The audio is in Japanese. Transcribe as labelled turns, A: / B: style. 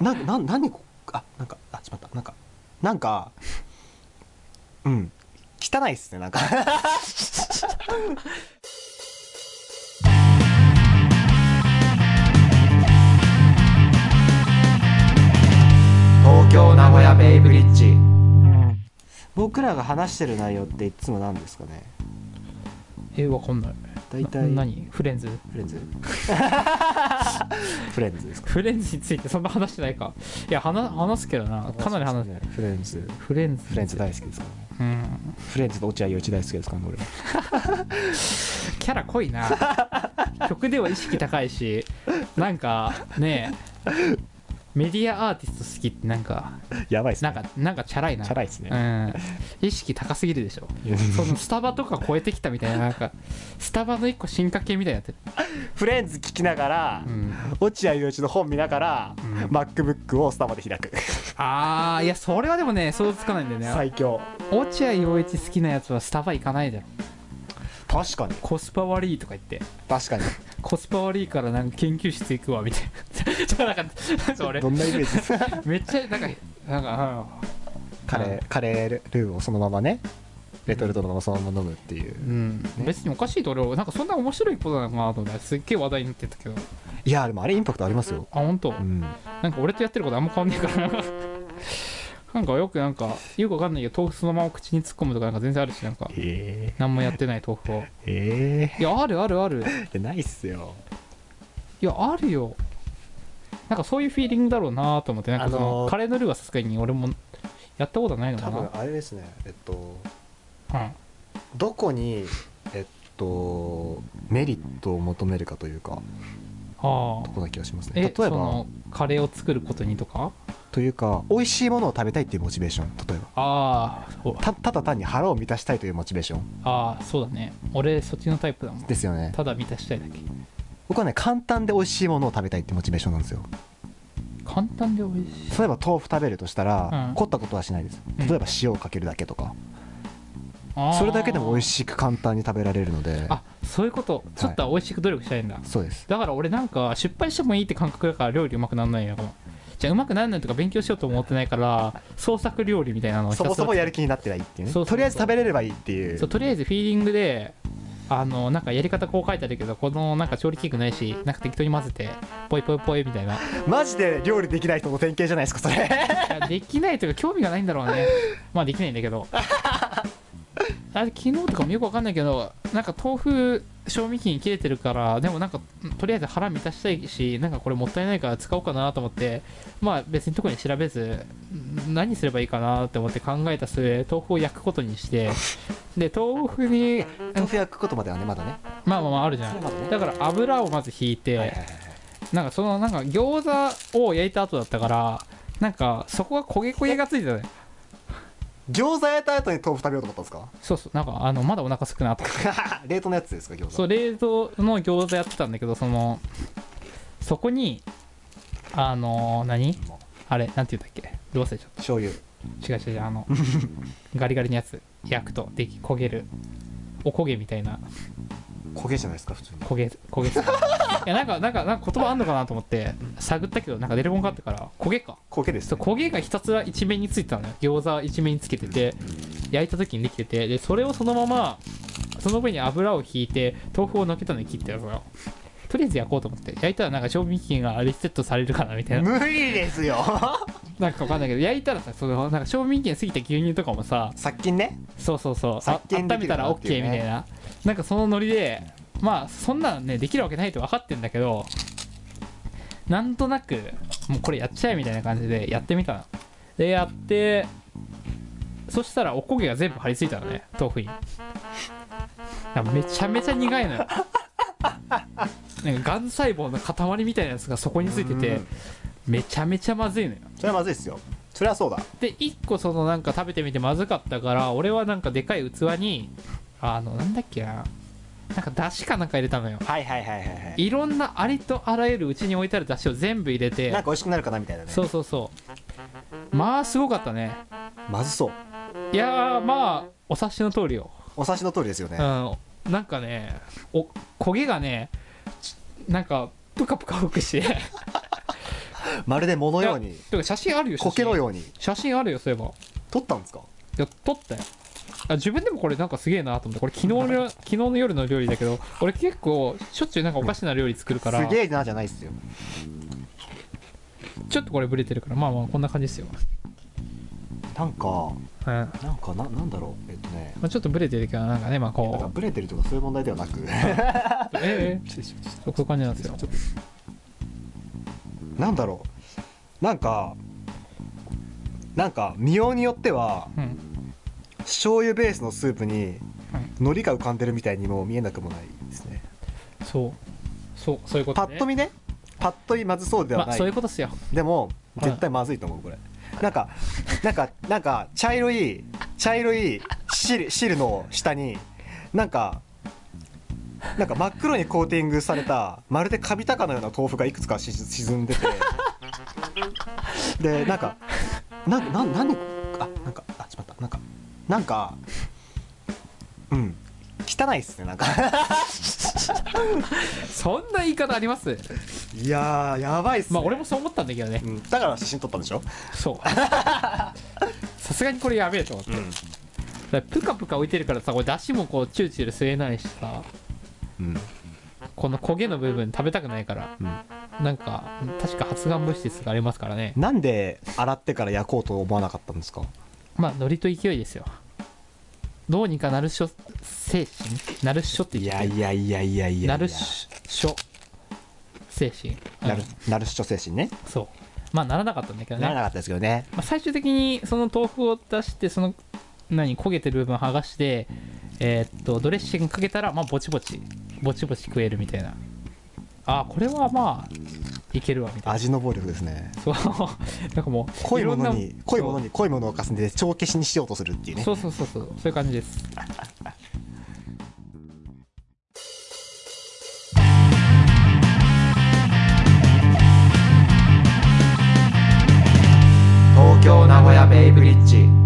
A: なな何こあなんかあしまったなんかなんかうん汚いっすねなんか
B: 東京名古屋ベイブリッジ
A: 僕らが話してる内容っていつも何ですかね
C: えわかんない
A: 大体
C: な何フレンズ
A: フレンズ フレンズですか
C: フレンズについてそんな話してないかいや話話すけどなかなり話す
A: ねフレンズ
C: フレンズ
A: フレンズ大好きですからね
C: うん
A: フレンズと落合陽一大好きですからね俺
C: キャラ濃いな 曲では意識高いしなんかねメディアアーティスト好きってなんか
A: やばいっす
C: な
A: ね
C: んかなんかチャラいな
A: チャラいっすね
C: うん、意識高すぎるでしょそのスタバとか超えてきたみたいななんかスタバの一個進化系みたいになってる、
A: フレンズ聞きながら
C: うん、
A: 落合陽一の本見ながら、MacBook をスタバで開く
C: あーいやそれはでもね想像つかないんだよね
A: 最強
C: 落合陽一好きなやつはスタバ行かないだろ
A: 確かに
C: コスパ悪いとか言って
A: 確かに
C: コスパ悪いからなんか研究室行くわみたいな ちょっとなんかなんか俺
A: どんなイメージです か
C: めっちゃなんかなんか、
A: カレーカレールーをそのままねレトルトのままそのまま飲むっていう
C: うんうん別におかしいと俺はなんかそんな面白いことなのかなと思ってすっげえ話題になってたけど
A: いやでもあれインパクトありますよ
C: あ本当、
A: うん
C: なんか俺とやってることあんま変わんないから ななんかよくなんかよくわかんないけど豆腐そのまま口に突っ込むとかなんか全然あるしなんか
A: え
C: 何もやってない豆腐を
A: ー、え
C: いやあるあるある
A: ー、いやないっすよ
C: いやあるよなんかそういうフィーリングだろうなと思ってなんかその、
A: あのー
C: カレーのルーはさすがに俺もやったことないのか
A: 多
C: な、うん
A: 分、あれですねえっとどこにえっとメリットを求めるかというか
C: ああ
A: とこな気がしますね
C: え
A: 例え
C: そ
A: ば
C: のカレーを作ることにとか
A: というか美味しいものを食べたいっていうモチベーション例えば
C: ああお
A: たただ単に腹を満たしたいというモチベーション
C: ああそうだね俺そっちのタイプだもん
A: ですよね
C: ただ満たしたいだけ
A: 僕はね簡単で美味しいものを食べたいってモチベーションなんですよ
C: 簡単で美味しい
A: 例えば豆腐食べるとしたら、
C: うん
A: 凝ったことはしないです
C: うん
A: 例えば塩をかけるだけとか、
C: あー
A: それだけでも美味しく簡単に食べられるので
C: あそういうことちょっとは美味しく努力したいんだ、
A: そうです
C: だから俺なんか失敗してもいいって感覚だから料理うまくなんないのかもじゃあうまくなんないとか勉強しようと思ってないから創作料理みたいなのをひ
A: そ
C: たすら
A: もそもやる気になってないっていうね
C: そうそうそ
A: と
C: う
A: りあえず食べれればいいっていう
C: そうとりあえずフィーリングであのなんかやり方こう書いてあるけどこのなんか調理器具ないしなんか適当に混ぜてポイポイポイみたいない
A: マジで料理できない人の典型じゃないですかそ れ
C: やできないというか興味がないんだろうねまあできないんだけどあれ昨日とかもよくわかんないけどなんか豆腐賞味期限切れてるからでもなんかうんとりあえず腹満たしたいしなんかこれもったいないから使おうかなと思ってまあ別に特に調べずん何すればいいかなって思って考えた末豆腐を焼くことにしてで豆腐に
A: 豆腐焼くことまではねまだね
C: まあまあまああるじゃん
A: それまでね
C: だから油をまず引いて、
A: はい
C: なんかそのなんか餃子を焼いた後だったからなんかそこが焦げ焦げがついてたね
A: 餃子焼いた後に豆腐食べようと思ったんですか
C: そうそうなんかあのまだお腹すくなと
A: 冷凍のやつですか餃 子
C: そう冷凍の餃子やってたんだけどそのそこにあの何あれなんて言うんだっけどうせちょっ
A: 醤油
C: と違う違う違うあのガリガリのやつ焼くとでき焦げるお焦げみたいな
A: 焦げじゃないですか普通に
C: 焦げ焦げいやなんかなんかなんか言葉あんのかなと思って探ったけどなんかデレボンがあったから焦げか
A: 焦げです
C: そう
A: ね
C: 焦げがひたすら一面についてたのよ餃子一面につけてて焼いた時にできててでそれをそのままその上に油を引いて豆腐をのっけたのに切ってたのよとりあえず焼こうと思って焼いたらなんか賞味期限がリセットされるかなみたいな
A: 無理ですよ
C: なんかわかんないけど焼いたらさそのなんか賞味期限過ぎた牛乳とかもさ
A: 殺菌ね
C: そうそうそうあ
A: 殺菌で
C: 温
A: きる
C: めた
A: かな
C: ら
A: っていう
C: OK
A: ね
C: みたいななんかそのノリでまあそんなのねできるわけないって分かってんだけどなんとなくもうこれやっちゃえみたいな感じでやってみたのでやってそしたらおこげが全部張り付いたのね豆腐になんかめちゃめちゃ苦いのよなんかがん細胞の塊みたいなやつがそこについて
A: う
C: て
A: ん
C: めちゃめちゃまずいのよ
A: それはまずいですよそれはそうだ
C: で1個そのなんか食べてみてまずかった から俺はなんかでかい器にあのなんだっけななんかだしかなんか入れたのよ
A: はいはいはいはいはい
C: いろんなありとあらゆるうちに置いてあるだしを全部入れ
A: なん
C: て
A: か美味しくなるかなみたいなね
C: そうそうそうまあすごかったね
A: まずそう
C: いやーまあお察しの通りよ、
A: お察しの通りですよね、
C: うん、なんかねお 焦げがねちなんかプカプカ浮くし
A: まるで物のように
C: てか写真あるよ写
A: 苔
C: 真
A: のように
C: 写真あるよそういえば
A: 撮ったんですか
C: いや撮ったよあ自分でもこれなんかすげえなと思ってこれ昨日の昨日の夜の料理だけど俺結構しょっちゅうなんかおかしな料理作るから
A: すげえなじゃないっすよ
C: ちょっとこれブレてるからまあまあこんな感じですよ、
A: なんか
C: うんま
A: なんかななんだろうえっとね
C: あ、ちょっとブレてるけどなんかねま
A: な
C: あ
A: んか
C: こう
A: ブレてるとかそういう問題ではなく
C: ええそういう感じなんですよ
A: なんだろうなんかなんか見ようによっては
C: うん
A: 醤油ベースのスープに
C: うん
A: 海苔が浮かんでるみたいにも見えなくもないですね
C: そうそうそういうこと、
A: パ
C: ね、
A: ッと見ねパッと見まずそうでは
C: まあ
A: ない、
C: そういうことっすよ
A: でも
C: うん
A: 絶対まずいと思うこれなんかなんかなんか茶色い茶色い汁汁の下になんかなんか真っ黒にコーティングされたまるでカビタカのような豆腐がいくつかし沈んでてでなんかなな何あなんかあちまったなんかなんかうん汚いっすねなんか
C: そんな言い方あります
A: いやーやばいっすね、
C: まあ俺もそう思ったんだけどね
A: うん、だから写真撮ったんでしょ、
C: そう さすがにこれやべえと思ってだからプカプカ浮いてるからさこれ出汁もこうチューチュー吸えないしさ
A: うん
C: この焦げの部分食べたくないから、なんか確か発がん物質がありますからね
A: なんで洗ってから焼こうと思わなかったんですか
C: まあノリと勢いですよどうにかなるっしょ精神なるっしょって
A: い
C: 言
A: や
C: って
A: いやいやいやいや
C: なるっしょ精神
A: なる
C: うん
A: なるっしょ精神ね
C: そうまあならなかったんだけどね
A: ならなかったですけどね
C: まあ、最終的にその豆腐を出してその何焦げてる部分剥がしてえーっとドレッシングかけたらまあぼちぼちぼちぼち食えるみたいなあーこれはまあいけるわみたい
A: 味の暴力ですね
C: なそう なんかもう
A: 濃いものに
C: ろんな
A: 濃いものに濃いものを重ねて帳消しにしようとするっていうね
C: そうそうそうそうそういう感じです
B: 東京名古屋ベイブリッジ